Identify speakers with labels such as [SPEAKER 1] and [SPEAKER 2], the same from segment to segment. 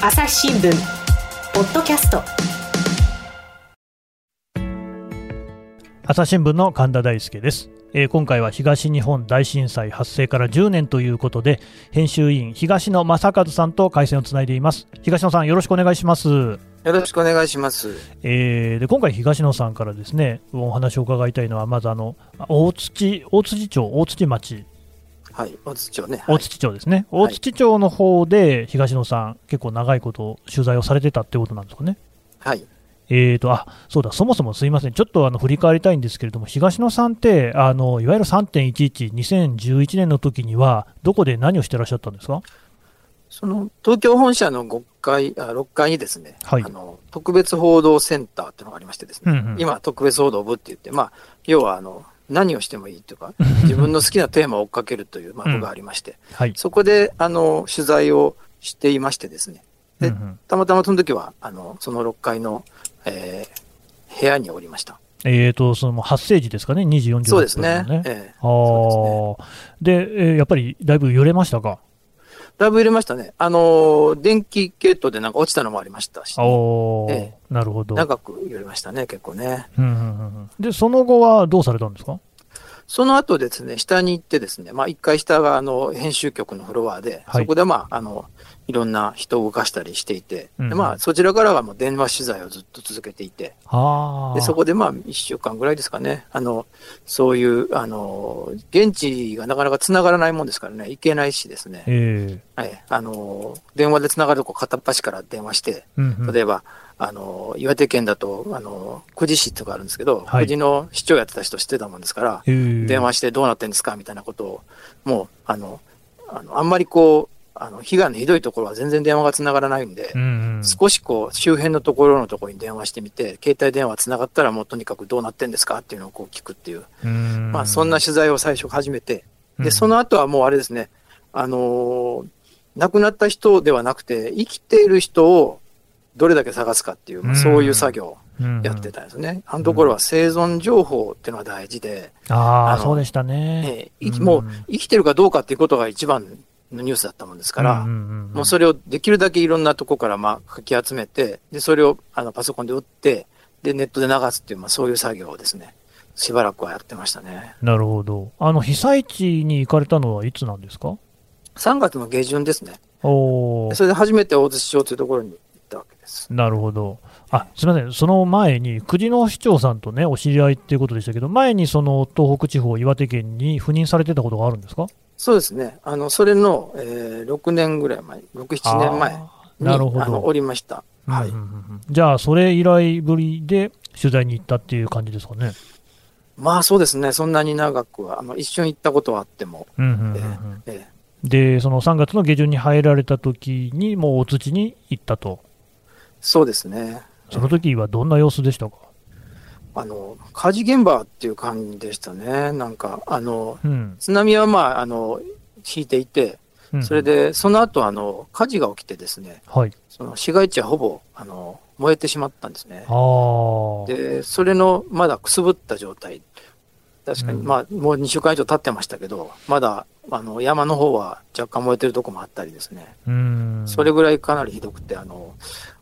[SPEAKER 1] 朝日新聞ポッドキャスト
[SPEAKER 2] 朝日新聞の神田大輔です、えー今回は東日本大震災発生から10年ということで編集委員東野正和さんと回線をつないでいます東野さんよろしくお願いします
[SPEAKER 3] よろしくお願いします。
[SPEAKER 2] えーで今回、東野さんからですねお話を伺いたいのは、まずあの大槌大槌町、大槌町、
[SPEAKER 3] はい、おつちをね。は
[SPEAKER 2] 大
[SPEAKER 3] い
[SPEAKER 2] 槌町ですね、大槌町の方で東野さん、結構長いこと取材をされてたってことなんですかね。
[SPEAKER 3] はい。
[SPEAKER 2] えーとあそうだ、そもそもすいません、ちょっとあの振り返りたいんですけれども、東野さんって、あのいわゆる3.11、2011年の時には、どこで何をしてらっしゃったんですか
[SPEAKER 3] その東京本社の5階、あ6階にですね、
[SPEAKER 2] はい
[SPEAKER 3] あの特別報道センターっていうのがありましてですね、
[SPEAKER 2] うんうん
[SPEAKER 3] 今、特別報道部って言って、まあ、要はあの何をしてもいいというか、自分の好きなテーマを追っかけるという、まあ、
[SPEAKER 2] うん
[SPEAKER 3] 部がありまして、
[SPEAKER 2] はい
[SPEAKER 3] そこであの取材をしていましてですね、で
[SPEAKER 2] うんうん
[SPEAKER 3] たまたまその時はあのその6階の、えー部屋におりました。
[SPEAKER 2] えーとそのもう発生時ですかね、2時48分、
[SPEAKER 3] そうですね。ええ
[SPEAKER 2] あーでえーやっぱりだいぶ揺れましたか、
[SPEAKER 3] だいぶ入れましたね。あの電気系統でなんか落ちたのもありましたし、
[SPEAKER 2] あー
[SPEAKER 3] え
[SPEAKER 2] なるほど、
[SPEAKER 3] 長く揺れましたね、結構ね。
[SPEAKER 2] うんうんうんうんで、その後はどうされたんですか、
[SPEAKER 3] その後ですね、下に行ってですね、まあ、1階下があの編集局のフロアで、
[SPEAKER 2] はい
[SPEAKER 3] そこで、まあ、あのいろんな人を動かしたりしていて、
[SPEAKER 2] うん
[SPEAKER 3] でまあ、そちらからはもう電話取材をずっと続けていて、
[SPEAKER 2] あー
[SPEAKER 3] でそこで、まあ、1週間ぐらいですかね、あのそういうあの現地がなかなかつながらないもんですからね、行けないしですね、
[SPEAKER 2] え
[SPEAKER 3] はい、あの電話でつながるとこ片っ端から電話して、
[SPEAKER 2] ーうんうん
[SPEAKER 3] 例えば、あの岩手県だとあの久慈市とかあるんですけど、
[SPEAKER 2] はい
[SPEAKER 3] 久慈の市長やってた人知ってたもんですから、
[SPEAKER 2] えー
[SPEAKER 3] 電話してどうなってんですかみたいなことを、もうあのあのあんまりこうあの、被害のひどいところは全然電話がつながらないんで
[SPEAKER 2] う、んうん
[SPEAKER 3] 少しこう周辺のところのところに電話してみて、携帯電話つながったら、もうとにかくどうなってんですかっていうのをこう聞くっていう、
[SPEAKER 2] うん
[SPEAKER 3] まあ、そんな取材を最初始めて、
[SPEAKER 2] うん
[SPEAKER 3] でその後はもうあれですね、あのー亡くなった人ではなくて、生きている人をどれだけ探すかっていう、まあ、そういう作業をやって
[SPEAKER 2] た、
[SPEAKER 3] たんですね。あのところは生存情報っていうのが大事で、
[SPEAKER 2] ああ
[SPEAKER 3] あの
[SPEAKER 2] そうでしたね、
[SPEAKER 3] ええ生き
[SPEAKER 2] うん
[SPEAKER 3] もう生きてるかどうかっていうことが一番のニュースだったもんですから、
[SPEAKER 2] んんん
[SPEAKER 3] もうそれをできるだけいろんなとこからまあかき集めて、でそれをあのパソコンで打って、でネットで流すっていう、まあ、そういう作業をですね、しばらくはやってましたね。
[SPEAKER 2] なるほどあの被災地に行かれたのはいつなんですか
[SPEAKER 3] 3月の下旬ですね。
[SPEAKER 2] おー
[SPEAKER 3] それで初めて大槌町というところに行ったわけです。
[SPEAKER 2] なるほどあすみません、その前に、国の市長さんとね、お知り合いっていうことでしたけど、前にその東北地方、岩手県に赴任されてたことがあるんですか
[SPEAKER 3] そうですね。あの、それの、えー6年ぐらい前、6、7年前に、
[SPEAKER 2] あーなるほ
[SPEAKER 3] あの
[SPEAKER 2] ど、
[SPEAKER 3] おりました。はい
[SPEAKER 2] うんうんうんじゃあ、それ以来ぶりで取材に行ったっていう感じですかね。
[SPEAKER 3] まあそうですね。そんなに長くは、あの、一瞬行ったことはあっても、
[SPEAKER 2] うんうんうんうん
[SPEAKER 3] ええ
[SPEAKER 2] で、その3月の下旬に入られた時に、もうお土に行ったと、
[SPEAKER 3] えそうですね。
[SPEAKER 2] その時はどんな様子でしたか、
[SPEAKER 3] あの、火事現場っていう感じでしたね。なんか、あの、
[SPEAKER 2] うん
[SPEAKER 3] 津波はまあ、あの、引いていて、
[SPEAKER 2] うん
[SPEAKER 3] それ、で、その後、あの、火事が起きてですね、
[SPEAKER 2] はい、
[SPEAKER 3] その市街地はほぼ、あの、燃えてしまったんですね
[SPEAKER 2] あ。あ、
[SPEAKER 3] で、それのまだくすぶった状態、確かに、
[SPEAKER 2] うん
[SPEAKER 3] まあ、もう2週間以上経ってましたけど、まだあの山の方は若干燃えてるとこもあったりですね、
[SPEAKER 2] うん、
[SPEAKER 3] それぐらいかなりひどくて、あの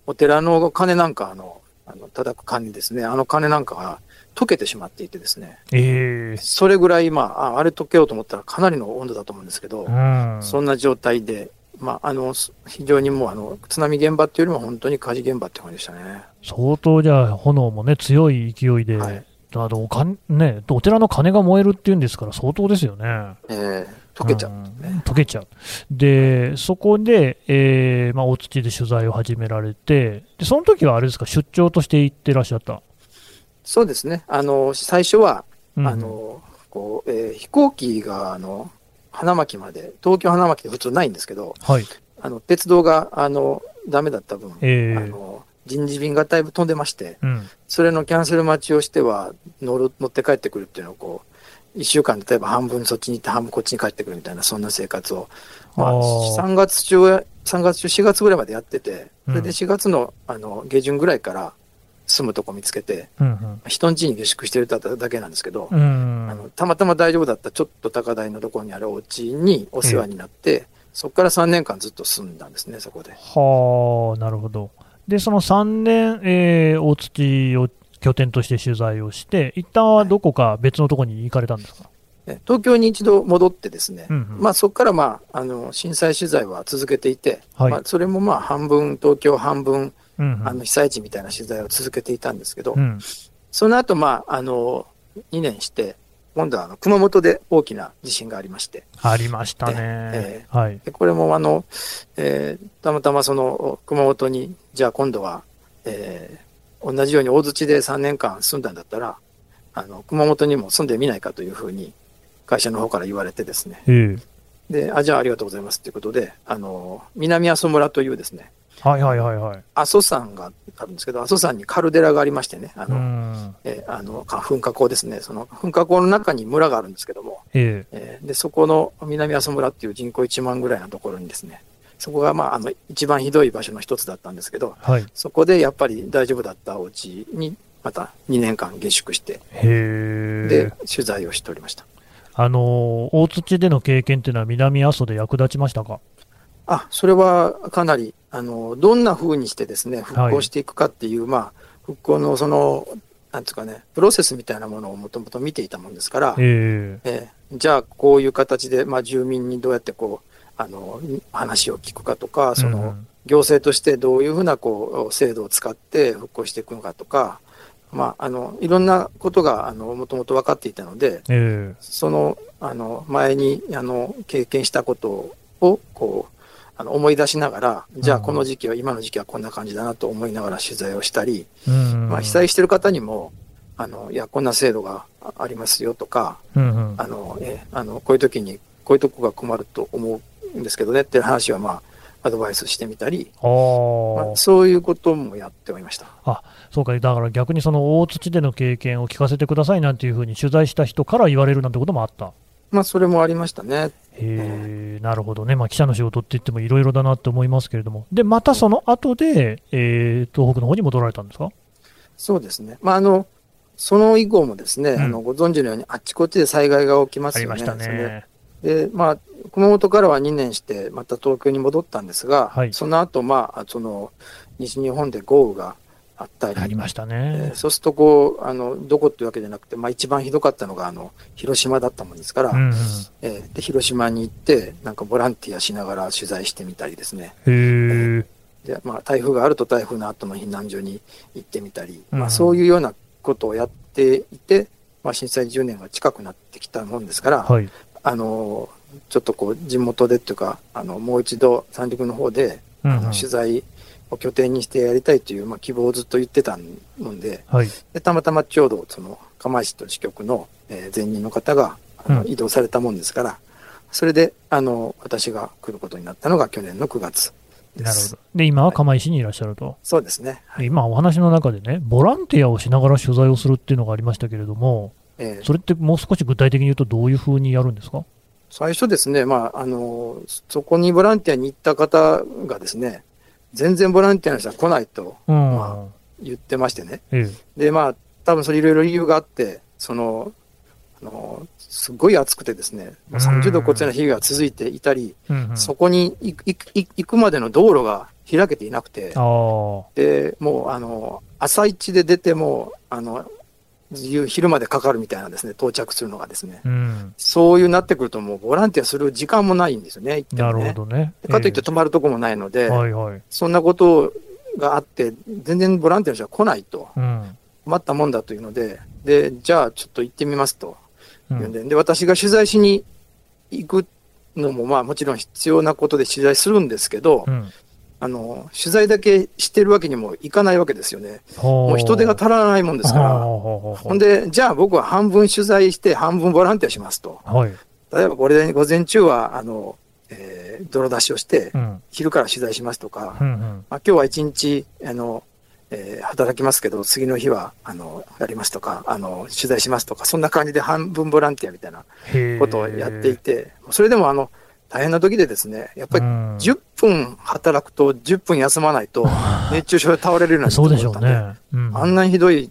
[SPEAKER 3] お寺の鐘なんかあの、あの叩く鐘ですね、あの鐘なんかが溶けてしまっていてですね、
[SPEAKER 2] ええ
[SPEAKER 3] それぐらい、まあ、ああれ溶けようと思ったらかなりの温度だと思うんですけど、
[SPEAKER 2] うん、
[SPEAKER 3] そんな状態で。まあ、あのす非常にもうあの津波現場っていうよりも本当に火事現場って感じでしたね。
[SPEAKER 2] 相当じゃあ炎もね強い勢いで、
[SPEAKER 3] はい
[SPEAKER 2] あのおかんねお寺の鐘が燃えるっていうんですから相当ですよね。
[SPEAKER 3] えー溶けちゃう、
[SPEAKER 2] ん溶けちゃう。でそこで、えーまあお土で取材を始められてでその時はあれですか出張として行ってらっしゃった。
[SPEAKER 3] そうですね。あの最初は
[SPEAKER 2] うん
[SPEAKER 3] あのこうえー飛行機があの花巻まで、東京花巻って普通ないんですけど、
[SPEAKER 2] はい。
[SPEAKER 3] あの鉄道があのダメだった分、
[SPEAKER 2] え
[SPEAKER 3] あ
[SPEAKER 2] ー
[SPEAKER 3] の人事便がだいぶ飛んでまして、
[SPEAKER 2] うん、
[SPEAKER 3] それのキャンセル待ちをしては乗る乗って帰ってくるっていうのをこう、1週間で例えば半分そっちに行って、半分こっちに帰ってくるみたいな、そんな生活を、まあ、
[SPEAKER 2] あー
[SPEAKER 3] 3月中は、3月中、4月ぐらいまでやってて、それ
[SPEAKER 2] うん
[SPEAKER 3] で4月のあの下旬ぐらいから住むとこ見つけて、
[SPEAKER 2] うん
[SPEAKER 3] 人ん家に下宿してるだけなんですけど、
[SPEAKER 2] うん、うん
[SPEAKER 3] あのたまたま大丈夫だったちょっと高台のところにあるお家にお世話になって、そこから3年間ずっと住んだんですね、そこで。
[SPEAKER 2] はあ、なるほど。で、その3年、えー大槌を拠点として取材をして、一旦はどこか別のところに行かれたんですか、
[SPEAKER 3] え東京に一度戻ってですね、
[SPEAKER 2] うんうん
[SPEAKER 3] まあ、そこから、まあ、あの震災取材は続けていて、
[SPEAKER 2] はい
[SPEAKER 3] まあ、それもまあ半分東京、半分
[SPEAKER 2] うんうん
[SPEAKER 3] あの被災地みたいな取材を続けていたんですけど、
[SPEAKER 2] うん
[SPEAKER 3] その後、まああの2年して、今度はあの熊本で大きな地震がありまして、
[SPEAKER 2] ありましたね
[SPEAKER 3] え。
[SPEAKER 2] はい。
[SPEAKER 3] でこれもあの、えーたまたまその熊本に、じゃあ今度は、えー同じように大槌で3年間住んだんだったら、あの熊本にも住んでみないかというふうに、会社の方から言われてですね、
[SPEAKER 2] え
[SPEAKER 3] で、あ、じゃあありがとうございますということで、あの、南阿蘇村というですね、
[SPEAKER 2] えはいはいはいはい。
[SPEAKER 3] 阿蘇山があるんですけど、阿蘇山にカルデラがありましてね、あ
[SPEAKER 2] う
[SPEAKER 3] の、
[SPEAKER 2] ん。
[SPEAKER 3] えーあの、か噴火口ですね、その噴火口の中に村があるんですけども、
[SPEAKER 2] え
[SPEAKER 3] えーで、そこの南阿蘇村っていう人口1万ぐらいのところにですね、そこがまあ、あの、一番ひどい場所の一つだったんですけど、
[SPEAKER 2] えはい。
[SPEAKER 3] そこでやっぱり大丈夫だったお家に、また2年間下宿して、
[SPEAKER 2] へ
[SPEAKER 3] で
[SPEAKER 2] え。、
[SPEAKER 3] 取材をしておりました。
[SPEAKER 2] あのー、大槌での経験っていうのは南阿蘇で役立ちましたか
[SPEAKER 3] あそれはかなりあのどんな風にしてですね復興していくかっていう、まあ、復興のそのなんつうかねプロセスみたいなものをもともと見ていたもんですから、え
[SPEAKER 2] ええ。
[SPEAKER 3] ーじゃあこういう形で、まあ、住民にどうやってこうあの話を聞くかとかその、
[SPEAKER 2] うん
[SPEAKER 3] 行政としてどういうふうなこう制度を使って復興していくのかとか、まあ、あのいろんなことがもともと分かっていたので、
[SPEAKER 2] え
[SPEAKER 3] そのあの前にあの経験したことをこうあの思い出しながら、じゃあ
[SPEAKER 2] うん
[SPEAKER 3] この時期は、今の時期はこんな感じだなと思いながら取材をしたり、
[SPEAKER 2] え。うん
[SPEAKER 3] まあ、被災してる方にも、あのいや、こんな制度があありますよとか、
[SPEAKER 2] うんうん
[SPEAKER 3] あのえあのこういう時に、こういうとこが困ると思うんですけどねっていう話は、まあ、アドバイスしてみたり、
[SPEAKER 2] あー
[SPEAKER 3] まあそういうこともやっておりました。
[SPEAKER 2] そうか、だから逆にその大槌での経験を聞かせてくださいなんていうふうに取材した人から言われるなんてこともあった。
[SPEAKER 3] まあ、それもありましたね。
[SPEAKER 2] へえ、なるほどね、まあ、記者の仕事って言ってもいろいろだなって思いますけれども、で、またその後で、えー東北の方に戻られたんですか
[SPEAKER 3] そうですね。まあ、あの、その以降もですね、
[SPEAKER 2] うん
[SPEAKER 3] あの、ご存知のように、あっちこっちで災害が起きま
[SPEAKER 2] あ
[SPEAKER 3] す
[SPEAKER 2] り
[SPEAKER 3] よね。
[SPEAKER 2] ましたね。
[SPEAKER 3] それで、まあ、熊本からは2年して、また東京に戻ったんですが、
[SPEAKER 2] はい
[SPEAKER 3] その後、まあ、その、西日本で豪雨があったり、
[SPEAKER 2] ありました
[SPEAKER 3] え
[SPEAKER 2] ね
[SPEAKER 3] ー。そうすると、こう、あの、どこっていうわけじゃなくて、まあ、一番ひどかったのが、あの、広島だったもんですから、
[SPEAKER 2] うんうん、へ
[SPEAKER 3] えーで、広島に行って、なんかボランティアしながら取材してみたりですね。
[SPEAKER 2] え、
[SPEAKER 3] で、まあ、台風があると台風の後の避難所に行ってみたり、
[SPEAKER 2] うん
[SPEAKER 3] まあ、そういうようなことをやっていて、まあ、震災10年が近くなってきたもんですから、
[SPEAKER 2] はい。
[SPEAKER 3] あのちょっとこう地元でっていうかあのもう一度三陸の方で、
[SPEAKER 2] うんう
[SPEAKER 3] あ
[SPEAKER 2] ん
[SPEAKER 3] の取材を拠点にしてやりたいという、まあ、希望をずっと言ってたもんで
[SPEAKER 2] はい、
[SPEAKER 3] でたまたまちょうどその釜石と支局の、えー前任の方があの
[SPEAKER 2] うん
[SPEAKER 3] 移動されたもんですから、それであの私が来ることになったのが去年の9月です。
[SPEAKER 2] なるほど。で、今は釜石にいらっしゃると。
[SPEAKER 3] そうですね、はい
[SPEAKER 2] 今、お話の中でね、ボランティアをしながら取材をするっていうのがありましたけれども、
[SPEAKER 3] えー
[SPEAKER 2] それってもう少し具体的に言うと、どういうふうにやるんですか
[SPEAKER 3] 最初ですね、まあ、あの、そこにボランティアに行った方がですね、全然ボランティアの人は来ないと
[SPEAKER 2] うん、
[SPEAKER 3] ま言ってましてね。
[SPEAKER 2] ええ
[SPEAKER 3] で、まあ、多分それいろいろ理由があって、その、あの、すごい暑くてですね、もう30度こっちの日が続いていたり、
[SPEAKER 2] うんうん、
[SPEAKER 3] そこに行く行く行くまでの道路が開けていなくて、
[SPEAKER 2] あ
[SPEAKER 3] で、もう、あの、朝一で出ても、あの、夕昼までかかるみたいなんですね、到着するのがですね。
[SPEAKER 2] あ、うん、
[SPEAKER 3] そういうなってくると、もうボランティアする時間もないんですよね、行っても
[SPEAKER 2] な
[SPEAKER 3] ね
[SPEAKER 2] るほどね。
[SPEAKER 3] でかといって
[SPEAKER 2] え
[SPEAKER 3] 泊まるとこもないので、
[SPEAKER 2] えはいはい。
[SPEAKER 3] そんなことがあって、全然ボランティアの人は来ないと、
[SPEAKER 2] うん。
[SPEAKER 3] 困ったもんだというので、で、じゃあちょっと行ってみますと
[SPEAKER 2] う
[SPEAKER 3] い
[SPEAKER 2] ん
[SPEAKER 3] うんで、で、私が取材しに行くのも、まあもちろん必要なことで取材するんですけど、
[SPEAKER 2] うん
[SPEAKER 3] あの、取材だけしてるわけにもいかないわけですよね。
[SPEAKER 2] も
[SPEAKER 3] もう人手が足らないもんですから。ほ
[SPEAKER 2] ほ
[SPEAKER 3] んで、じゃあ僕は半分取材して半分ボランティアしますと。
[SPEAKER 2] はい。
[SPEAKER 3] 例えばこれで午前中は、あの、えー泥出しをして
[SPEAKER 2] う、ん。
[SPEAKER 3] 昼から取材しますとか、
[SPEAKER 2] うんうん。
[SPEAKER 3] まあ、今日は一日あの、えー働きますけど、次の日はあのやりますとかあの、取材しますとか、そんな感じで半分ボランティアみたいな
[SPEAKER 2] へえ
[SPEAKER 3] ことをやっていて、それでもあの大変な時でですね、やっぱり
[SPEAKER 2] うん
[SPEAKER 3] 10分働くと10分休まないと、熱中症で倒れるような
[SPEAKER 2] そう
[SPEAKER 3] 人
[SPEAKER 2] で
[SPEAKER 3] だっ
[SPEAKER 2] しょ
[SPEAKER 3] た
[SPEAKER 2] うん
[SPEAKER 3] で
[SPEAKER 2] ね。うん
[SPEAKER 3] あんなにひどい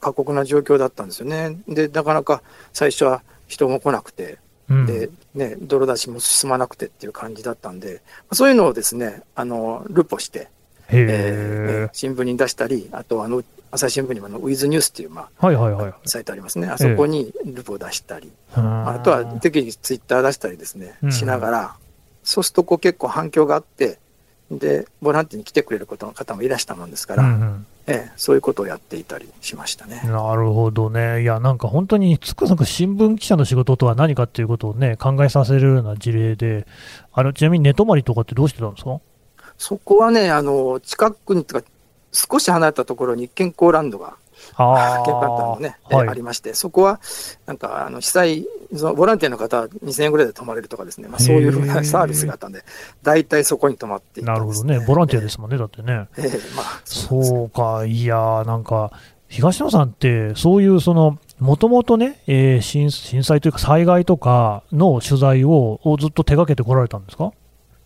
[SPEAKER 3] 過酷な状況だったんですよね。で、なかなか最初は人も来なくて、
[SPEAKER 2] うん
[SPEAKER 3] で、ね、泥出しも進まなくてっていう感じだったんで、そういうのをですね、あの、ルポして、
[SPEAKER 2] へ
[SPEAKER 3] え
[SPEAKER 2] え
[SPEAKER 3] ーね。新聞に出したり、あとあの、朝日新聞にもあのウィズニュースっていう、ま
[SPEAKER 2] はいはいはい
[SPEAKER 3] あ。、サイトありますね。あそこにルポを出したり、あ
[SPEAKER 2] あ
[SPEAKER 3] とは適宜ツイッター出したりですね
[SPEAKER 2] う、ん
[SPEAKER 3] しながら、そうするとこう結構反響があって、で、ボランティアに来てくれることの方もいらしたもんですから、
[SPEAKER 2] うん
[SPEAKER 3] ええそういうことをやっていたりしました
[SPEAKER 2] う
[SPEAKER 3] ね。
[SPEAKER 2] ん、なるほどね、いや、なんか本当につくづく新聞記者の仕事とは何かっていうことをね、考えさせるような事例で、あのちなみに寝泊まりとかってどうしてたんですか
[SPEAKER 3] そこはね、あの、近くにとか、少し離れたところに健康ランドが、
[SPEAKER 2] あ
[SPEAKER 3] 発見があったのね、え
[SPEAKER 2] はい
[SPEAKER 3] ありまして、そこは、なんか、あの、被災、そのボランティアの方は2000円ぐらいで泊まれるとかですね、まあ、そういうふう
[SPEAKER 2] へー
[SPEAKER 3] なサービスがあったんで、大体そこに泊まっていた
[SPEAKER 2] なんるほ
[SPEAKER 3] です
[SPEAKER 2] どね、ボランティアですもんね、だってね。
[SPEAKER 3] ええまあ、そうなんです
[SPEAKER 2] そうか、いやー、なんか、東野さんって、そういうその、もともとね、えー震震災というか、災害とかの取材ををずっと手掛けてこられたんですか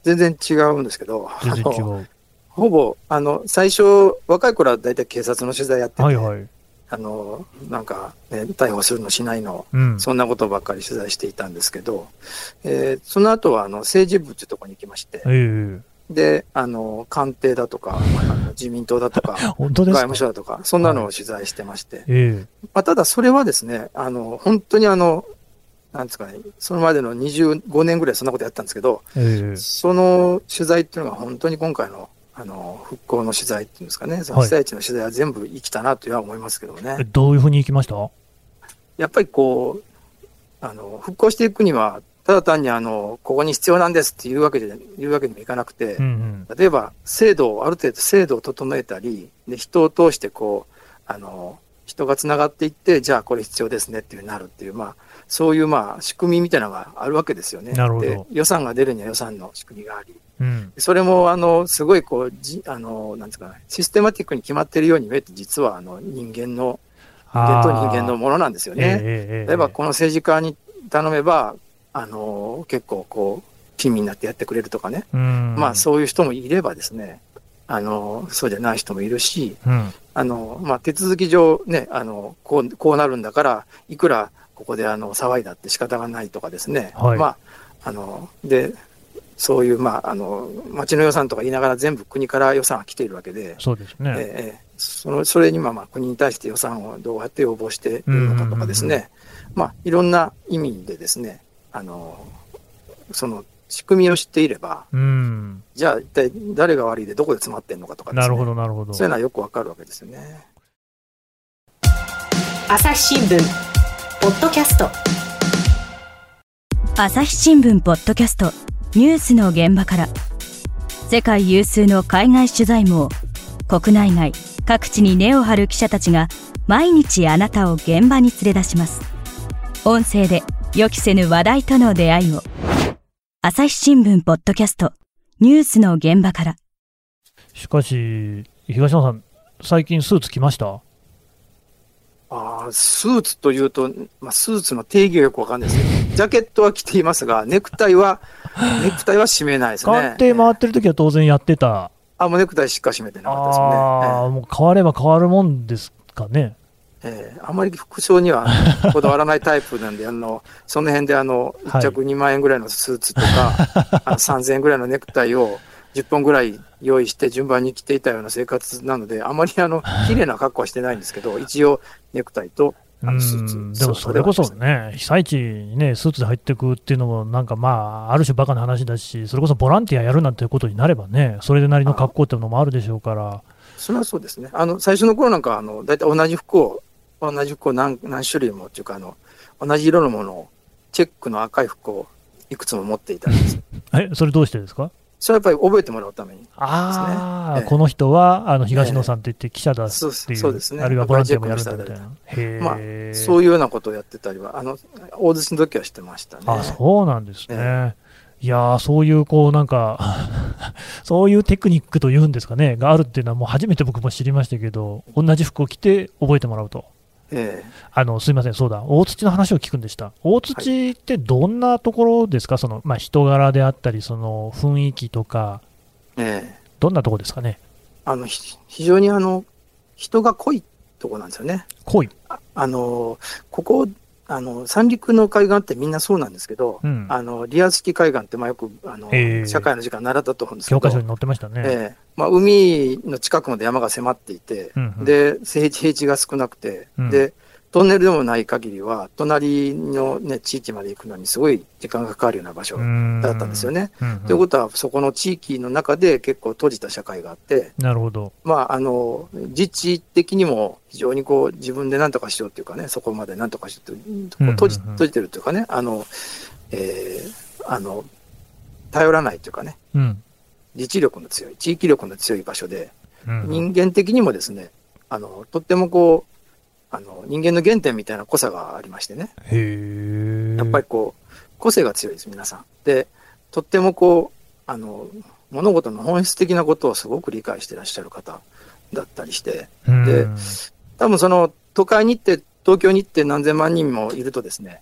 [SPEAKER 3] 全然違うんですけど、
[SPEAKER 2] 全然違
[SPEAKER 3] あの
[SPEAKER 2] う。
[SPEAKER 3] ほぼ、あの、最初、若い頃は大体警察の取材やってて、
[SPEAKER 2] はいはい。
[SPEAKER 3] あの、なんか、ね、逮捕するのしないの、
[SPEAKER 2] うん。
[SPEAKER 3] そんなことばっかり取材していたんですけど、えーその後は、あの、政治部っていうところに行きまして、
[SPEAKER 2] ええ
[SPEAKER 3] で、あの、官邸だとか、あの自民党だ とか、
[SPEAKER 2] 本当です
[SPEAKER 3] 外
[SPEAKER 2] か
[SPEAKER 3] 務。省だとか、そんなのを取材してまして、
[SPEAKER 2] ええ
[SPEAKER 3] まあ、ただそれはですね、あの本当にあの、なんですかね、そのまでの25年ぐらいそんなことやってたんですけど、
[SPEAKER 2] ええ
[SPEAKER 3] その取材っていうのが本当に今回のあの復興の取材っていうんですかね、その
[SPEAKER 2] はい
[SPEAKER 3] 被災地の取材は全部生きたなというのは思いますけどね、
[SPEAKER 2] えどういうふうに行きました
[SPEAKER 3] やっぱりこうあの、復興していくには、ただ単にあのここに必要なんですっていうわけでいうわけにもいかなくて、
[SPEAKER 2] うんうん。
[SPEAKER 3] 例えば制度をある程度制度を整えたりで人を通してこうあの人がつながっていってじゃあこれ必要ですねっていうなるっていう、まあ、そういうまあ仕組みみたいなのがあるわけですよね。
[SPEAKER 2] なるほど
[SPEAKER 3] で予算が出るには予算の仕組みがあり
[SPEAKER 2] うん。
[SPEAKER 3] それもあのすごいこうじあのなんですかねシステマティックに決まっているように見えて実はあの人間の人間と人間の
[SPEAKER 2] ね。
[SPEAKER 3] ものなんですよ
[SPEAKER 2] ええ
[SPEAKER 3] ね。
[SPEAKER 2] ええ
[SPEAKER 3] 例えばこの政治家に頼めばあの結構こう親身になってやってくれるとかね
[SPEAKER 2] うん。
[SPEAKER 3] まあそういう人もいればですね、あの、そうじゃない人もいるし、
[SPEAKER 2] う。うん。
[SPEAKER 3] あの、まあ手続き上ね、あの、こう、こうなるんだから、いくらここであの、騒いだって仕方がないとかですね、
[SPEAKER 2] はい
[SPEAKER 3] まあ、あの、で、そういう、まあ、あの、町の予算とか言いながら全部国から予算が来ているわけで、
[SPEAKER 2] そうです
[SPEAKER 3] ええ
[SPEAKER 2] ね。
[SPEAKER 3] ええそのそれにまあまあ国に対して予算をどうやって要望しているのかとかです
[SPEAKER 2] うん
[SPEAKER 3] ね、まあ、いろんな意味でですね、あの、その仕組みを知っていれば、
[SPEAKER 2] うん。
[SPEAKER 3] じゃあ一体誰が悪いでどこで詰まってんのかとかです、ね、
[SPEAKER 2] なるほど、なるほど。
[SPEAKER 3] そういうのはよくわかるわけですよね。
[SPEAKER 1] 朝日新聞ポッドキャスト
[SPEAKER 4] 朝日新聞ポッドキャストニュースの現場から世界有数の海外取材網国内外各地に根を張る記者たちが毎日あなたを現場に連れ出します音声で予期せぬ話題との出会いを朝日新聞ポッドキャストニュースの現場から
[SPEAKER 2] しかし、東野さん、最近スーツ着ました
[SPEAKER 3] ああ、スーツというと、まあ、スーツの定義がよくわかんないですけど、ジャケットは着ていますが、ネクタイは、ネクタイは締めないですね。
[SPEAKER 2] 官邸回ってる時は当然やってた。
[SPEAKER 3] あ、もうネクタイしか締めてなかったです
[SPEAKER 2] ああ、もう変われば変わるもんですかね。
[SPEAKER 3] ね。ええええあんまり服装 にはこだわらないタイプなんで、あの、その辺であの、
[SPEAKER 2] はい
[SPEAKER 3] 1着2万円ぐらいのスーツと か、あの3000円ぐらいのネクタイを10本ぐらい用意して順番に着ていたような生活なので、あまりあの、綺麗な格好はしてないんですけど、一応ネクタイとあ
[SPEAKER 2] う
[SPEAKER 3] のスーツ。
[SPEAKER 2] んでもそれこそ
[SPEAKER 3] ね
[SPEAKER 2] ね、被災地にね、スーツで入ってくっていうのも、なんかまあ、ある種バカな話だし、それこそボランティアやるなんていうことになればね、それでなりの格好っていうのもあるでしょうから、
[SPEAKER 3] それはそうですね。あの、最初の頃なんか、あの、大体同じ服を、同じ服を何何種類もっていうか、あの、同じ色のものを、チェックの赤い服をいくつも持っていたんです。
[SPEAKER 2] え、それどうしてですか
[SPEAKER 3] それはやっぱり覚えてもらうために。
[SPEAKER 2] ああ、
[SPEAKER 3] ええ
[SPEAKER 2] この人はあの東野さんといって記者だってい、
[SPEAKER 3] そううそうですね
[SPEAKER 2] あるいはボランティアもやるんだみたいな。へえ、
[SPEAKER 3] まあ、そういうようなことをやってたりは、あの、大寿司の時はしてましたね。
[SPEAKER 2] あそうなんですね。
[SPEAKER 3] え
[SPEAKER 2] いやーそういう、こう、なんか、 そういうテクニックというんですかね、があるっていうのは、もう初めて僕も知りましたけど、同じ服を着て覚えてもらうと。
[SPEAKER 3] ええ
[SPEAKER 2] あの、すいません、そうだ、大土の話を聞くんでした。大土ってどんなところですか、その、まあ、人柄であったり、その、雰囲気とか、
[SPEAKER 3] ええ
[SPEAKER 2] どんなところですかね。
[SPEAKER 3] あの、ひ非常にあの、人が濃いとこなんですよね。
[SPEAKER 2] 濃い。
[SPEAKER 3] あの、ここあの三陸の海岸ってみんなそうなんですけど、
[SPEAKER 2] うん
[SPEAKER 3] あのリアス式海岸ってまあよくあの、
[SPEAKER 2] ええ
[SPEAKER 3] 社会の時間習ったと思うんですけ
[SPEAKER 2] 教
[SPEAKER 3] ど、
[SPEAKER 2] 科書に載ってましたね。
[SPEAKER 3] ええまあ、海の近くまで山が迫っていて、
[SPEAKER 2] うんうん
[SPEAKER 3] で平地平地が少なくて、
[SPEAKER 2] うん
[SPEAKER 3] でトンネルでもない限りは隣の、ね、地域まで行くのにすごい時間がかかるような場所だったんですよね。
[SPEAKER 2] うんうん
[SPEAKER 3] ということはそこの地域の中で結構閉じた社会があって、
[SPEAKER 2] なるほど。
[SPEAKER 3] まあ、あの自治的にも非常にこう自分で何とかしようっていうかねそこまで何とかしようっていうこう閉じ
[SPEAKER 2] うんうんうん
[SPEAKER 3] 閉じてるというかねあの、えーあの頼らないというかね
[SPEAKER 2] うん。
[SPEAKER 3] 自治力の強い地域力の強い場所で。
[SPEAKER 2] うん
[SPEAKER 3] 人間的にもですね、あの、とってもこう、あの、人間の原点みたいな濃さがありましてね、
[SPEAKER 2] へえ。
[SPEAKER 3] やっぱりこう、個性が強いです、皆さん。で、とってもこう、あの、物事の本質的なことをすごく理解してらっしゃる方だったりして、
[SPEAKER 2] うん、
[SPEAKER 3] で多分その、都会に行って、東京に行って何千万人もいるとですね、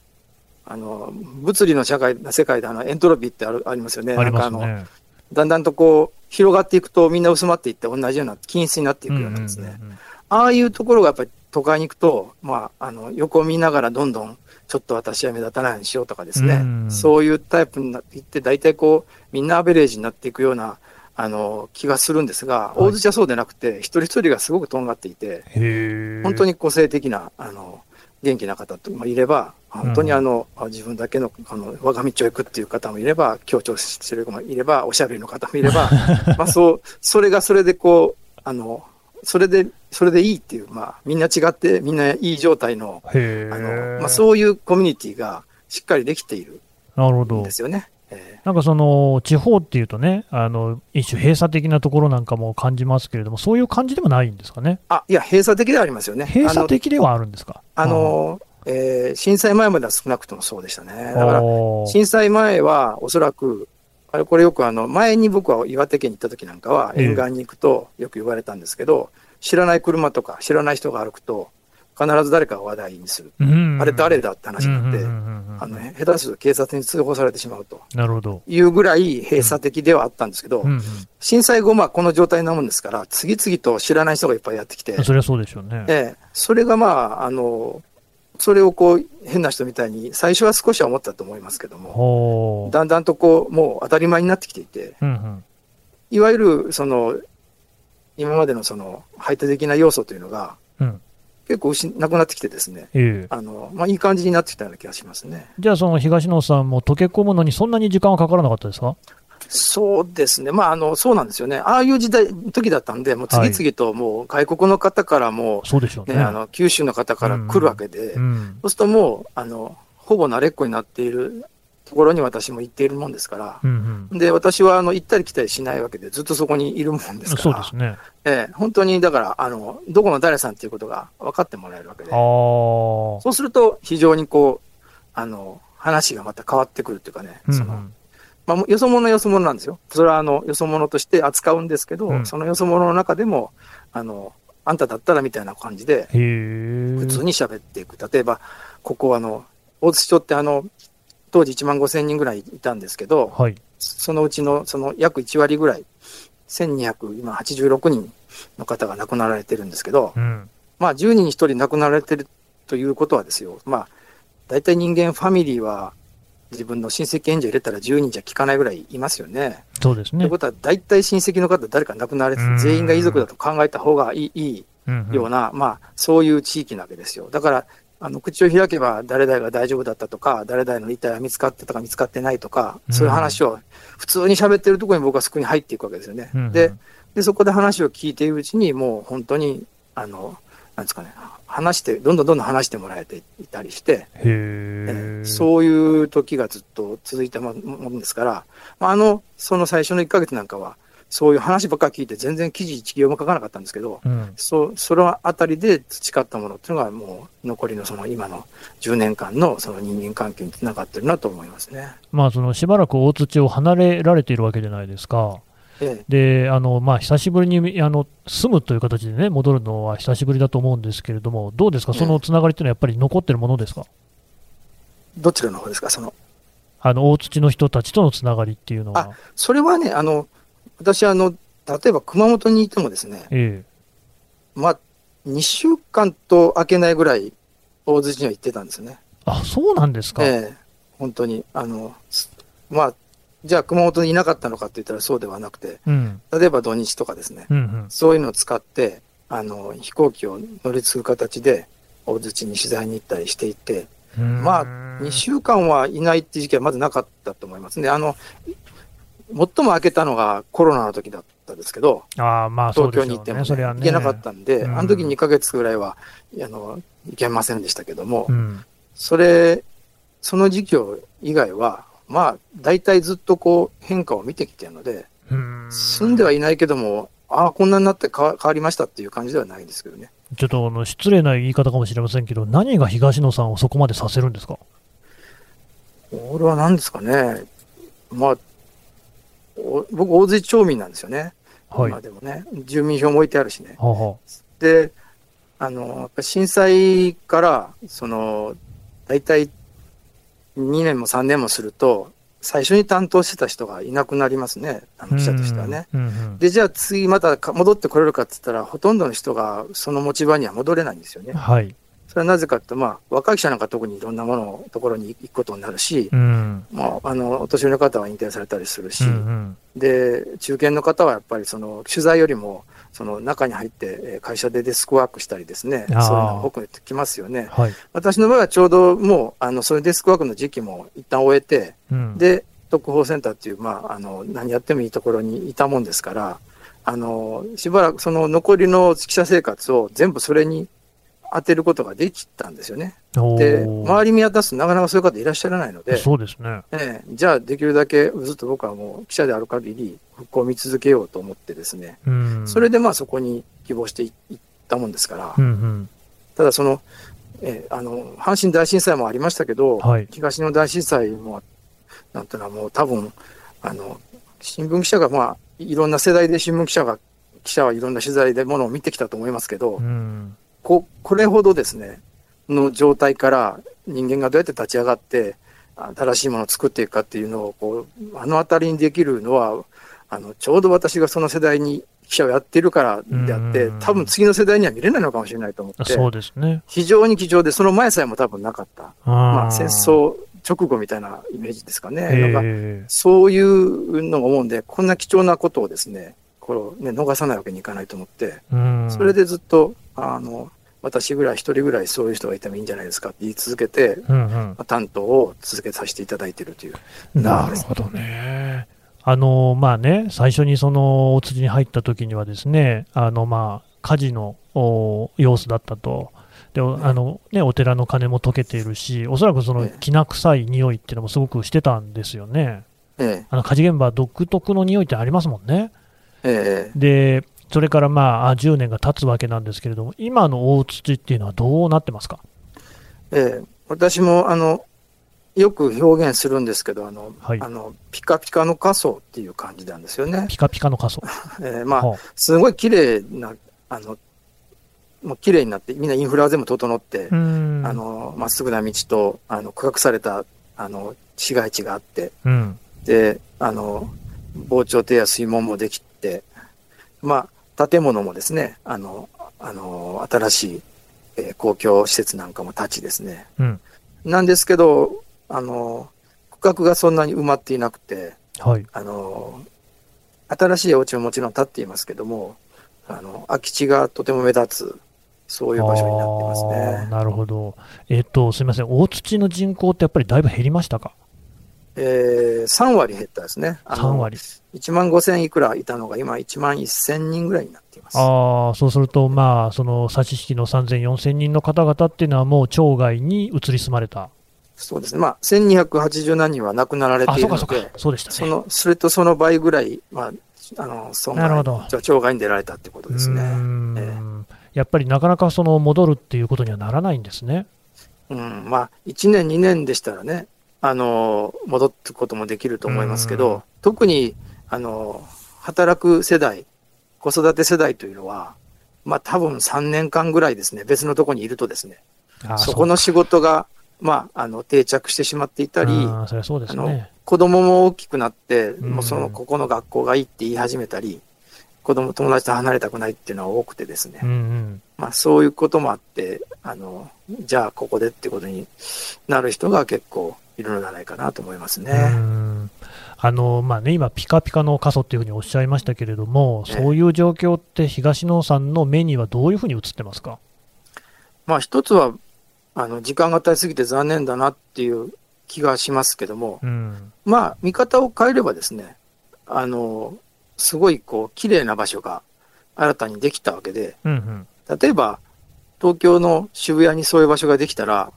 [SPEAKER 3] あの、物理の社会、世界であの、エントロピーってあるありますよね。
[SPEAKER 2] ありま
[SPEAKER 3] な
[SPEAKER 2] す
[SPEAKER 3] んかあの、
[SPEAKER 2] ね。
[SPEAKER 3] だんだんとこう、広がっていくとみんな薄まっていって同じような、均質になっていくようなですね。
[SPEAKER 2] うんうんうん
[SPEAKER 3] ああいうところがやっぱり都会に行くと、まあ、あの横を見ながらどんどんちょっと私は目立たないようにしようとかですね、
[SPEAKER 2] うん
[SPEAKER 3] そういうタイプになっていって、大体こう、みんなアベレージになっていくようなあの気がするんですが、
[SPEAKER 2] い
[SPEAKER 3] 大槌はそうでなくて、一人一人がすごくとんがっていて、
[SPEAKER 2] へえ。
[SPEAKER 3] 本当に個性的な、あの元気な方もいれば、本当にあの、自分だけのあの我が道を行くっていう方もいれば、強調してる子もいれば、おしゃべりの方もい れば、まあそう、それがそれでこう、あの、それで、それでいいっていう、まあみんな違って、みんないい状態の、
[SPEAKER 2] へえ。
[SPEAKER 3] あの、まあそういうコミュニティがしっかりできている
[SPEAKER 2] なるほ
[SPEAKER 3] ん
[SPEAKER 2] ど
[SPEAKER 3] で。すよね。え
[SPEAKER 2] なんかその地方っていうとね、あの一種閉鎖的なところなんかも感じますけれども、そういう感じでもないんですかね、
[SPEAKER 3] ーあ、いや、閉鎖的ではありますよね。
[SPEAKER 2] 閉鎖的ではあるんですか。
[SPEAKER 3] あの、あのえー震災前までは少なくともそうでしたね。
[SPEAKER 2] あ
[SPEAKER 3] だ
[SPEAKER 2] ー、
[SPEAKER 3] から、
[SPEAKER 2] おー
[SPEAKER 3] 震災前はおそらく、あれこれよくあの前に僕は岩手県に行った時なんかは
[SPEAKER 2] ええ
[SPEAKER 3] 沿岸に行くとよく言われたんですけど、知らない車とか知らない人が歩くと必ず誰かが話題にする。
[SPEAKER 2] うん
[SPEAKER 3] あれ誰だって話になって、
[SPEAKER 2] うんうんうんうん
[SPEAKER 3] あの下手すると警察に通報されてしまうと
[SPEAKER 2] なるほど。
[SPEAKER 3] いうぐらい閉鎖的ではあったんですけど、
[SPEAKER 2] うんうん
[SPEAKER 3] 震災後まあこの状態なもんですから次々と知らない人がいっぱいやってきて、
[SPEAKER 2] そりゃそうでしょうね。
[SPEAKER 3] ええ、それがまああのそれをこう変な人みたいに最初は少しは思ったと思いますけども、
[SPEAKER 2] ほう
[SPEAKER 3] だんだんとこう、もう当たり前になってきていて、
[SPEAKER 2] うんうん
[SPEAKER 3] いわゆる、その、今までのその、排他的な要素というのが、
[SPEAKER 2] うん
[SPEAKER 3] 結構失なくなってきてですね、
[SPEAKER 2] ええ
[SPEAKER 3] あの、まあ、いい感じになってきたような気がしますね。
[SPEAKER 2] じゃあ、その東野さんも溶け込むのにそんなに時間はかからなかったですか
[SPEAKER 3] そうですね。まあ、あの、そうなんですよね。ああいう時代、時だったんで、もう次々ともう外国の方からも、
[SPEAKER 2] そうでしょう
[SPEAKER 3] ね、
[SPEAKER 2] ね。
[SPEAKER 3] あの、九州の方から来るわけで、
[SPEAKER 2] うん
[SPEAKER 3] そうするともう、あの、ほぼ慣れっこになっているところに私も行っているもんですから、
[SPEAKER 2] うんうん
[SPEAKER 3] で、私は、あの、行ったり来たりしないわけで、ずっとそこにいるもんですから。
[SPEAKER 2] そうですね。
[SPEAKER 3] ええ、本当にだからあの、どこの誰さんっていうことが分かってもらえるわけで
[SPEAKER 2] あ、あ。
[SPEAKER 3] そうすると非常にこうあの話がまた変わってくるっていうかね、
[SPEAKER 2] うん
[SPEAKER 3] そのまあ、よそ者はよそ者なんですよ、それはあのよそ者として扱うんですけど、
[SPEAKER 2] うん
[SPEAKER 3] そのよそ者の中でもあの、あんただったらみたいな感じ
[SPEAKER 2] へ
[SPEAKER 3] で、
[SPEAKER 2] え。
[SPEAKER 3] 普通に喋っていく、例えば、ここあの、大津町ってあの当時1万5千人ぐらいいたんですけど、
[SPEAKER 2] はい。
[SPEAKER 3] そのうちのその約1割ぐらい、1286人の方が亡くなられてるんですけど、
[SPEAKER 2] うん。
[SPEAKER 3] まあ、10人に1人亡くなられてるということはですよ、まあ、大体人間、ファミリーは自分の親戚援助入れたら10人じゃ聞かないぐらいいますよね。
[SPEAKER 2] そうです
[SPEAKER 3] とい
[SPEAKER 2] ね
[SPEAKER 3] う。ことは、大体親戚の方、誰か亡くなられて
[SPEAKER 2] うん
[SPEAKER 3] て、全員が遺族だと考えた方がいいい
[SPEAKER 2] うんう
[SPEAKER 3] い
[SPEAKER 2] ん
[SPEAKER 3] ような、まあ、そういう地域なわけですよ。だからあの口を開けば誰々が大丈夫だったとか、誰々の遺体は見つかってたか見つかってないとか、そういう話を普通に喋ってるところに僕はそこに入っていくわけですよね。
[SPEAKER 2] うんうん
[SPEAKER 3] で、で、そこで話を聞いているうちに、もう本当に、あの、なんですかね、話して、どんどんどんどん話してもらえていたりして、
[SPEAKER 2] へ
[SPEAKER 3] え
[SPEAKER 2] え。
[SPEAKER 3] ーそういう時がずっと続いたももんですから、まああの、その最初の1ヶ月なんかは、そういう話ばっかり聞いて、全然記事一行も書かなかったんですけど、
[SPEAKER 2] うん。
[SPEAKER 3] そうそのあたりで培ったものっていうのが、もう残りのその今の10年間のその人間関係につながってるなと思いますね。
[SPEAKER 2] まあ、そのしばらく大槌を離れられているわけじゃないですか。
[SPEAKER 3] え
[SPEAKER 2] で、あの、まあ、久しぶりに、あの、住むという形でね、戻るのは久しぶりだと思うんですけれども、どうですか
[SPEAKER 3] ええ
[SPEAKER 2] そのつながりっていうのはやっぱり残ってるものですか
[SPEAKER 3] えどちらの方ですか、その
[SPEAKER 2] あの、大槌の人たちとのつながりっていうのは。
[SPEAKER 3] それはね、あの、私、あの、例えば熊本にいてもですね、
[SPEAKER 2] え
[SPEAKER 3] まあ、2週間と開けないぐらい、大津市には行ってたんですよね。
[SPEAKER 2] え。あ、そうなんですか。
[SPEAKER 3] ええ本当に、あの、すまあ、じゃあ熊本にいなかったのかって言ったらそうではなくて、
[SPEAKER 2] うん。
[SPEAKER 3] 例えば土日とかですね、
[SPEAKER 2] うんうん。
[SPEAKER 3] そういうのを使って、あの、飛行機を乗り継ぐ形で、大槌に取材に行ったりしていて、まあ2週間はいないっていう時期はまずなかったと思いますね。あの、最も開けたのがコロナの時だったですけど、
[SPEAKER 2] ああ、まあ、そう
[SPEAKER 3] 東
[SPEAKER 2] です
[SPEAKER 3] 京
[SPEAKER 2] よ
[SPEAKER 3] に行っても、
[SPEAKER 2] ね。
[SPEAKER 3] ね
[SPEAKER 2] それはね。
[SPEAKER 3] 行けなかったんで、
[SPEAKER 2] うん
[SPEAKER 3] あの時2ヶ月ぐらいは、あの、行けませんでしたけども、
[SPEAKER 2] うん。
[SPEAKER 3] それ、その時期以外は、まあ、大体ずっとこう変化を見てきてるので、
[SPEAKER 2] うん。
[SPEAKER 3] 住んではいないけども、ああ、こんなになって変わ変わりましたっていう感じではないですけどね。
[SPEAKER 2] ちょっとあの失礼な言い方かもしれませんけど、何が東野さんをそこまでさせるんですか
[SPEAKER 3] これは何ですかね。まあ、お僕、大槌町民なんですよね。
[SPEAKER 2] はい。
[SPEAKER 3] 今
[SPEAKER 2] は
[SPEAKER 3] でもね、住民票も置いてあるしね。
[SPEAKER 2] あは
[SPEAKER 3] で、あの、やっぱ震災から、その、大体2年も3年もすると、最初に担当してた人がいなくなりますね、あ
[SPEAKER 2] あ
[SPEAKER 3] の記者としてはね。。
[SPEAKER 2] うんうん
[SPEAKER 3] で、じゃあ次またか戻ってこれるかって言ったら、ほとんどの人がその持ち場には戻れないんですよね。
[SPEAKER 2] はい。
[SPEAKER 3] それはなぜかって、まあ、若い記者なんか特にいろんなもののところに行くことになるし、
[SPEAKER 2] うん。
[SPEAKER 3] まあ、あの、お年寄りの方は引退されたりするし、
[SPEAKER 2] うんうん
[SPEAKER 3] で、中堅の方はやっぱりその取材よりも、その中に入ってえー会社でデスクワークしたりですね、そう
[SPEAKER 2] あ
[SPEAKER 3] い
[SPEAKER 2] ー
[SPEAKER 3] うのが多くなってきますよね。
[SPEAKER 2] はい。
[SPEAKER 3] 私の場合はちょうどもう、あの、そういうデスクワークの時期も一旦終えて、
[SPEAKER 2] うん、
[SPEAKER 3] で、特報センターっていう、まあ、あの、何やってもいいところにいたもんですから、あの、しばらくその残りの記者生活を全部それに当てることができたんですよね。
[SPEAKER 2] おー
[SPEAKER 3] で、周り見渡すとなかなかそういう方いらっしゃらないので、
[SPEAKER 2] そうですね。
[SPEAKER 3] ええ、じゃあできるだけずっと僕はもう記者である限り復興を見続けようと思ってですね、
[SPEAKER 2] うん。
[SPEAKER 3] それでまあそこに希望していいったもんですから、
[SPEAKER 2] うん
[SPEAKER 3] ただその、ええあの、阪神大震災もありましたけど、
[SPEAKER 2] はい
[SPEAKER 3] 東の大震災も、なんていうのはもう多分、あの、新聞記者がまあ、いろんな世代で新聞記者が、記者はいろんな取材でものを見てきたと思いますけど、
[SPEAKER 2] うん。うん。
[SPEAKER 3] ここれほどですねの状態から人間がどうやって立ち上がってあ新しいものを作っていくかっていうのをこうあの辺りにできるのはあのちょうど私がその世代に記者をやってるからであって
[SPEAKER 2] うん
[SPEAKER 3] 多分次の世代には見れないのかもしれないと思
[SPEAKER 2] あ
[SPEAKER 3] って
[SPEAKER 2] そうですね。
[SPEAKER 3] 非常に貴重でその前さえも多分なかったま
[SPEAKER 2] ま
[SPEAKER 3] あ、戦争直後みたいなイメージですかね。
[SPEAKER 2] え
[SPEAKER 3] なんか
[SPEAKER 2] え
[SPEAKER 3] そういうのが思うんでこんな貴重なことをですねこれをね逃さないわけにいかないと思って。
[SPEAKER 2] うん。
[SPEAKER 3] それでずっと、あの、私ぐらい一人ぐらいそういう人がいてもいいんじゃないですかって言い続けて、
[SPEAKER 2] うん
[SPEAKER 3] 担当を続けさせていただいてるという。
[SPEAKER 2] うん。なるほどね。あの、まあね、最初にその、お釣りに入った時にはですね、あの、まあ、火事のお様子だったと。で、おあの、ね、お寺の鐘も溶けているし、おそらくその、
[SPEAKER 3] ええ
[SPEAKER 2] きな臭い匂いっていうのもすごくしてたんですよね。
[SPEAKER 3] え
[SPEAKER 2] あの、火事現場独特の匂いってありますもんね。
[SPEAKER 3] え、え
[SPEAKER 2] で、それからまあ、あ10年が経つわけなんですけれども、今の大土っていうのはどうなってますか
[SPEAKER 3] え、ええ、私も、あの、よく表現するんですけど、あの、
[SPEAKER 2] はい
[SPEAKER 3] あのピカピカの仮想っていう感じなんですよね。
[SPEAKER 2] ピカピカの仮想。
[SPEAKER 3] ええ、まあ、
[SPEAKER 2] は
[SPEAKER 3] すごい綺麗な、あの、もう綺麗になって、みんなインフラ全部整って、
[SPEAKER 2] あうん
[SPEAKER 3] あの、まっすぐな道と、あの、区画された、あの、市街地があって、
[SPEAKER 2] うん。
[SPEAKER 3] で、あの、防潮堤や水門もできて、まあ、建物もですね、あの、あの、新しい、えー公共施設なんかも立ちですね。
[SPEAKER 2] うん
[SPEAKER 3] なんですけど、あの、区画がそんなに埋まっていなくて、
[SPEAKER 2] はい。
[SPEAKER 3] あの、新しいお家ももちろん建っていますけども、あの、空き地がとても目立つ、そういう場所になってます
[SPEAKER 2] あー
[SPEAKER 3] ね。
[SPEAKER 2] なるほど。えっ、と、すみません、大土の人口ってやっぱりだいぶ減りましたか
[SPEAKER 3] えー、3割減ったですね。あ
[SPEAKER 2] ?3
[SPEAKER 3] の
[SPEAKER 2] 割。
[SPEAKER 3] 1万5千いくらいたのが今1万1千人ぐらいになっています。
[SPEAKER 2] ああ、そうすると、まあ、その差し引きの3000、4000人の方々っていうのはもう町外に移り住まれた。
[SPEAKER 3] そうですね。まあ、1280何人は亡くなられて
[SPEAKER 2] あ、
[SPEAKER 3] い
[SPEAKER 2] そうか
[SPEAKER 3] るの
[SPEAKER 2] そうか
[SPEAKER 3] で、、
[SPEAKER 2] そうでしたね。
[SPEAKER 3] その、それとその倍ぐらい、まあ、あの、損
[SPEAKER 2] なるほ
[SPEAKER 3] 害、
[SPEAKER 2] ど
[SPEAKER 3] じゃあ町外に出られたってことですね。
[SPEAKER 2] うーん
[SPEAKER 3] え
[SPEAKER 2] やっぱりなかなかその戻るっていうことにはならないんですね。
[SPEAKER 3] うん、まあ、1年、2年でしたらね、あの、戻ってくこともできると思いますけ
[SPEAKER 2] うん
[SPEAKER 3] ど、特に、あの、働く世代、子育て世代というのは、まあ、多分3年間ぐらいですね、別のところにいるとですね、
[SPEAKER 2] あー
[SPEAKER 3] そこの仕事が、まあ、あの、定着してしまっていたり、
[SPEAKER 2] あーそれはそうです
[SPEAKER 3] あの
[SPEAKER 2] ね。
[SPEAKER 3] 子供も大きくなって、
[SPEAKER 2] ん
[SPEAKER 3] もうそのここの学校がいいって言い始めたり、子供友達と離れたくないっていうのは多くてですね、
[SPEAKER 2] うんうん
[SPEAKER 3] まあ、そういうこともあってあのじゃあここでってことになる人が結構いるのではないかなと思いますね。
[SPEAKER 2] うんあのまあね、今、ピカピカの過疎っていうふうにおっしゃいましたけれども、
[SPEAKER 3] ええ
[SPEAKER 2] そういう状況って、東野さんの目にはどういうふうに映ってますか、
[SPEAKER 3] まあ一つはあの時間が経ちすぎて残念だなっていう気がしますけども、
[SPEAKER 2] うん
[SPEAKER 3] まあ見方を変えればですね、あの、すごいこう綺麗な場所が新たにできたわけで、
[SPEAKER 2] うんうん
[SPEAKER 3] 例えば東京の渋谷にそういう場所ができたら、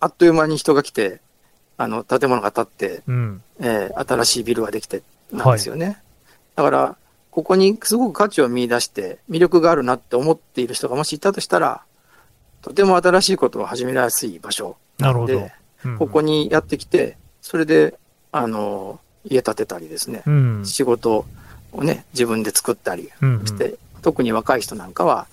[SPEAKER 3] あっという間に人が来て、あの建物が建って、
[SPEAKER 2] うん
[SPEAKER 3] えー新しいビルができてなんですよね。だから、ここにすごく価値を見出して、魅力があるなって思っている人がもしいたとしたら、とても新しいことを始めやすい場所
[SPEAKER 2] なるほど、
[SPEAKER 3] で、
[SPEAKER 2] うんうん
[SPEAKER 3] ここにやってきて、それで、あの、家建てたりですね、
[SPEAKER 2] うん
[SPEAKER 3] 仕事をね、自分で作ったり
[SPEAKER 2] うんうん
[SPEAKER 3] して、特に若い人なんかは、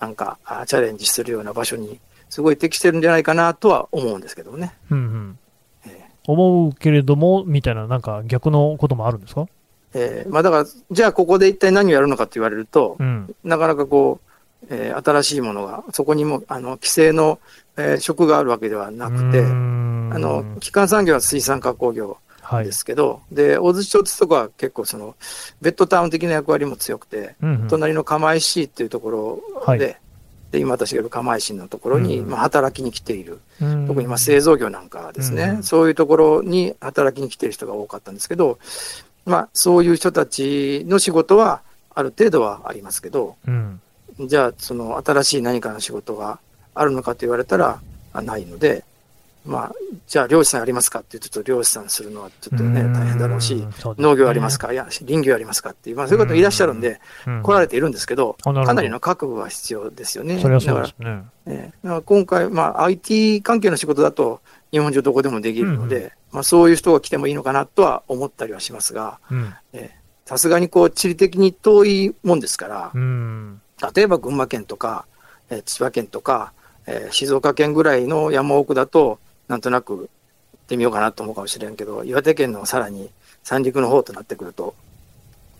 [SPEAKER 3] なんかあチャレンジするような場所に、すごい適してるんじゃないかなとは思うんですけどね。
[SPEAKER 2] うんうん
[SPEAKER 3] えー
[SPEAKER 2] 思うけれどもみたいな、なんか逆のこともあるんですか、
[SPEAKER 3] えーまあだから、じゃあここで一体何をやるのかと言われると、
[SPEAKER 2] うん
[SPEAKER 3] なかなかこう、えー新しいものが、そこにも、あの、規制の、えー職があるわけではなくて、
[SPEAKER 2] うー
[SPEAKER 3] あ
[SPEAKER 2] ん
[SPEAKER 3] の、基幹産業は水産加工業
[SPEAKER 2] はい
[SPEAKER 3] ですけど、で、大槌町ってとこは結構その、ベッドタウン的な役割も強くて、
[SPEAKER 2] うんうん
[SPEAKER 3] 隣の釜石市っていうところ
[SPEAKER 2] はい
[SPEAKER 3] で、で、今私がいる釜石市のところに、
[SPEAKER 2] うん
[SPEAKER 3] まあ、働きに来ている、
[SPEAKER 2] うん
[SPEAKER 3] 特にまあ製造業なんかはですね、
[SPEAKER 2] うん
[SPEAKER 3] そういうところに働きに来ている人が多かったんですけど、まあ、そういう人たちの仕事はある程度はありますけど、
[SPEAKER 2] うん
[SPEAKER 3] じゃあ、その新しい何かの仕事があるのかと言われたら、あないので、まあ、じゃあ漁師さんありますかって言うと、ちょっと漁師さんするのはちょっとね、
[SPEAKER 2] うん
[SPEAKER 3] 大変だろうし、
[SPEAKER 2] そうですね
[SPEAKER 3] 農業ありますか、いや、林業ありますかっていう、まあ、そういう方いらっしゃるんで、
[SPEAKER 2] うん
[SPEAKER 3] 来られているんですけど、
[SPEAKER 2] あなるほど
[SPEAKER 3] かなりの覚悟が必要ですよね。
[SPEAKER 2] それはそうで
[SPEAKER 3] だ
[SPEAKER 2] すね。
[SPEAKER 3] ええだから今回、まあ、IT 関係の仕事だと、日本中どこでもできるので、
[SPEAKER 2] うん
[SPEAKER 3] まあ、そういう人が来てもいいのかなとは思ったりはしますが、
[SPEAKER 2] うん
[SPEAKER 3] さすがにこう地理的に遠いもんですから
[SPEAKER 2] う、ん
[SPEAKER 3] 例えば群馬県とか、えー千葉県とか、えー静岡県ぐらいの山奥だと、なんとなく行ってみようかなと思うかもしれんけど、岩手県のさらに三陸の方となってくると、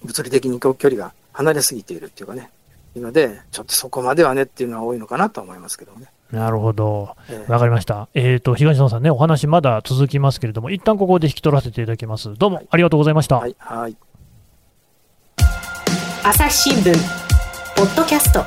[SPEAKER 3] 物理的にこう距離が離れすぎているっていうかね、いうので、ちょっとそこまではねっていうのは多いのかなと思いますけどね。
[SPEAKER 2] なるほど。
[SPEAKER 3] えー
[SPEAKER 2] わかりました。えっ、と、東野さんね、お話まだ続きますけれども、一旦ここで引き取らせていただきます。どうもありがとうございました。
[SPEAKER 3] はい、はい。
[SPEAKER 1] 朝日新聞ポッドキャスト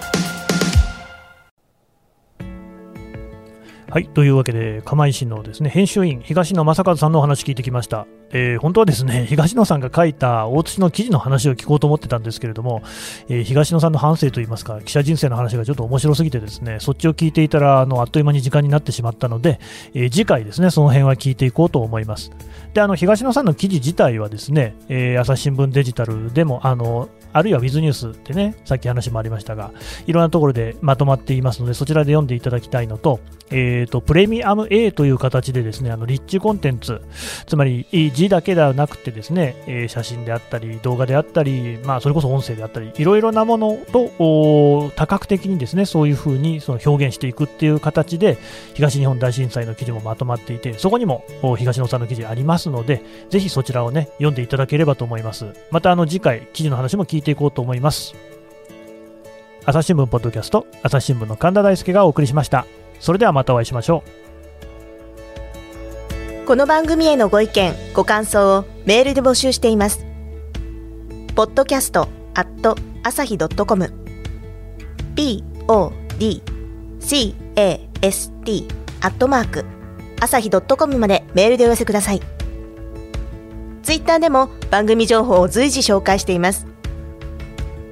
[SPEAKER 2] はい、というわけで、釜石のですね編集員、東野正和さんのお話聞いてきました。えー本当はですね、 東野さんが書いた大津の記事の話を聞こうと思ってたんですけれども、えー東野さんの反省といいますか、記者人生の話がちょっと面白すぎてですね、そっちを聞いていたら、あのあっという間に時間になってしまったので、えー次回ですね、その辺は聞いていこうと思います。で、あの、東野さんの記事自体はですね、えー朝日新聞デジタルでも、あの、あるいはウィズニュースでね、さっき話もありましたが、いろんなところでまとまっていますので、そちらで読んでいただきたいのと、えー、とプレミアム A という形でですねあのリッチコンテンツつまりえー字だけではなくてですね、えー写真であったり動画であったり、まあ、それこそ音声であったりいろいろなものとおー多角的にですねそういうふうにその表現していくっていう形で東日本大震災の記事もまとまっていてそこにもお東野さんの記事ありますのでぜひそちらをね読んでいただければと思いますまたあの次回記事の話も聞いていこうと思います朝日新聞ポッドキャスト朝日新聞の神田大輔がお送りしましたそれではまたお会いしましょう
[SPEAKER 5] この番組へのご意見、ご感想をメールで募集しています。podcast at 朝日 .com p o d c a s t アットマーク朝日 .com までメールでお寄せください。ツイッターでも番組情報を随時紹介しています。